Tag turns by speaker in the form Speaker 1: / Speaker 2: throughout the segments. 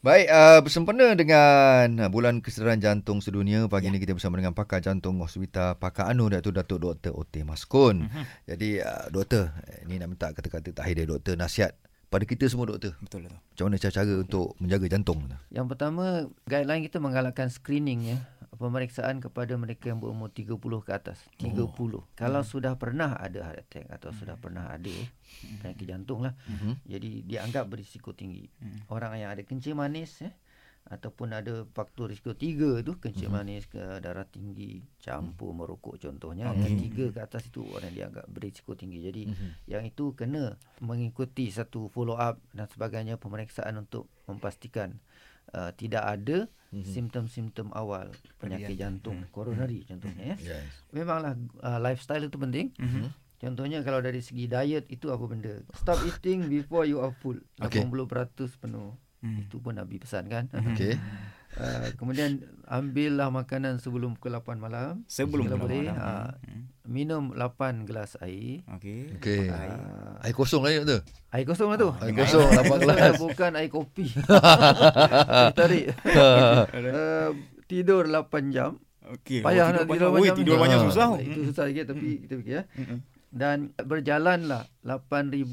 Speaker 1: Baik, uh, bersempena dengan Bulan Kesedaran Jantung Sedunia, pagi ya. ini kita bersama dengan pakar jantung Hospital Pakar Anu iaitu Datuk Dr. Oti Maskun. Uh-huh. Jadi, uh, doktor, ini nak minta kata-kata terakhir dari doktor, nasihat pada kita semua doktor. Mhm.
Speaker 2: Betul tu.
Speaker 1: Macam mana cara-cara untuk menjaga jantung?
Speaker 3: Yang pertama, guideline kita menggalakkan screening ya. Pemeriksaan kepada mereka yang berumur 30 ke atas. 30. Oh. Kalau hmm. sudah pernah ada heart attack atau hmm. sudah pernah ada penyakit jantung lah. Hmm. Jadi dianggap berisiko tinggi. Hmm. Orang yang ada kencing manis ya ataupun ada faktor risiko tiga tu kencing hmm. manis ke darah tinggi campur hmm. merokok contohnya okay. yang tiga ke atas itu orang dianggap berisiko tinggi jadi hmm. yang itu kena mengikuti satu follow up dan sebagainya pemeriksaan untuk memastikan uh, tidak ada hmm. simptom-simptom awal penyakit Perdian. jantung hmm. koronari contohnya ya yes. memanglah uh, lifestyle itu penting hmm. Contohnya kalau dari segi diet itu apa benda? Stop eating before you are full. Okay. 80% penuh. Hmm. Itu pun Nabi pesan kan.
Speaker 1: Okey.
Speaker 3: Uh, kemudian ambillah makanan sebelum pukul 8 malam.
Speaker 2: Sebelum pukul
Speaker 3: boleh, malam. Uh, minum 8 gelas air.
Speaker 2: Okey.
Speaker 1: Okey. Uh, air kosong lah tu.
Speaker 3: Air kosong lah tu.
Speaker 1: Ah, air kosong 8 gelas.
Speaker 3: Bukan air kopi. Tarik. uh, tidur 8 jam.
Speaker 2: Okey. Payah oh, tidur nak tidur banyak. Oi, tidur banyak
Speaker 3: ha. susah. Itu susah sikit tapi hmm. kita fikir ya. Hmm. Dan berjalanlah 8000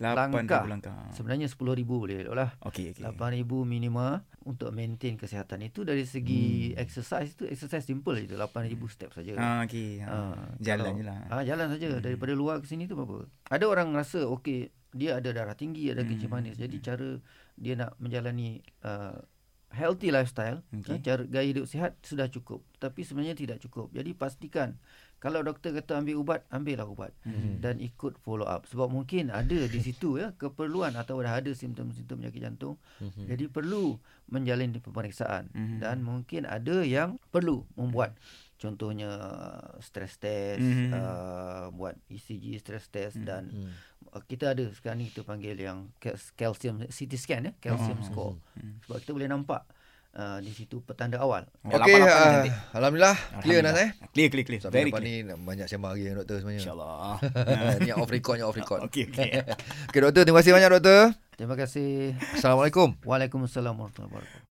Speaker 2: langkah. langkah.
Speaker 3: Sebenarnya 10000 boleh elok lah.
Speaker 2: Okey
Speaker 3: okay. 8000 minima untuk maintain kesihatan itu dari segi hmm. exercise itu exercise simple je 8000 hmm. step saja.
Speaker 2: Ha ah, okey. Ha. Ah, jalan je lah.
Speaker 3: Ah jalan saja hmm. daripada luar ke sini tu apa-apa. Ada orang rasa okey dia ada darah tinggi, ada hmm. kencing manis. Jadi hmm. cara dia nak menjalani uh, healthy lifestyle, okay. cara gaya hidup sihat sudah cukup. Tapi sebenarnya tidak cukup. Jadi pastikan kalau doktor kata ambil ubat, ambillah ubat hmm. dan ikut follow up sebab mungkin ada di situ ya keperluan atau dah ada simptom-simptom penyakit jantung. Hmm.
Speaker 1: Mhm.
Speaker 3: Jadi perlu menjalin pemeriksaan
Speaker 2: Mhm.
Speaker 3: hmm. dan mungkin ada yang perlu membuat contohnya uh, stress test, hmm. uh, buat ECG stress test hmm. dan hmm. Uh, kita ada sekarang ni kita panggil yang calcium CT scan ya, calcium oh. score. Hmm. Sebab kita boleh nampak Uh, di situ petanda awal.
Speaker 1: Okey, uh, alhamdulillah clear Nas eh.
Speaker 2: Clear clear clear.
Speaker 1: Sampai Very clear. ni banyak sembang lagi dengan doktor sebenarnya.
Speaker 2: Insya-Allah.
Speaker 1: ni off record, ni off record.
Speaker 2: Okey okey.
Speaker 1: okey doktor, terima kasih banyak doktor.
Speaker 3: Terima kasih.
Speaker 1: Assalamualaikum.
Speaker 3: Waalaikumsalam warahmatullahi wabarakatuh.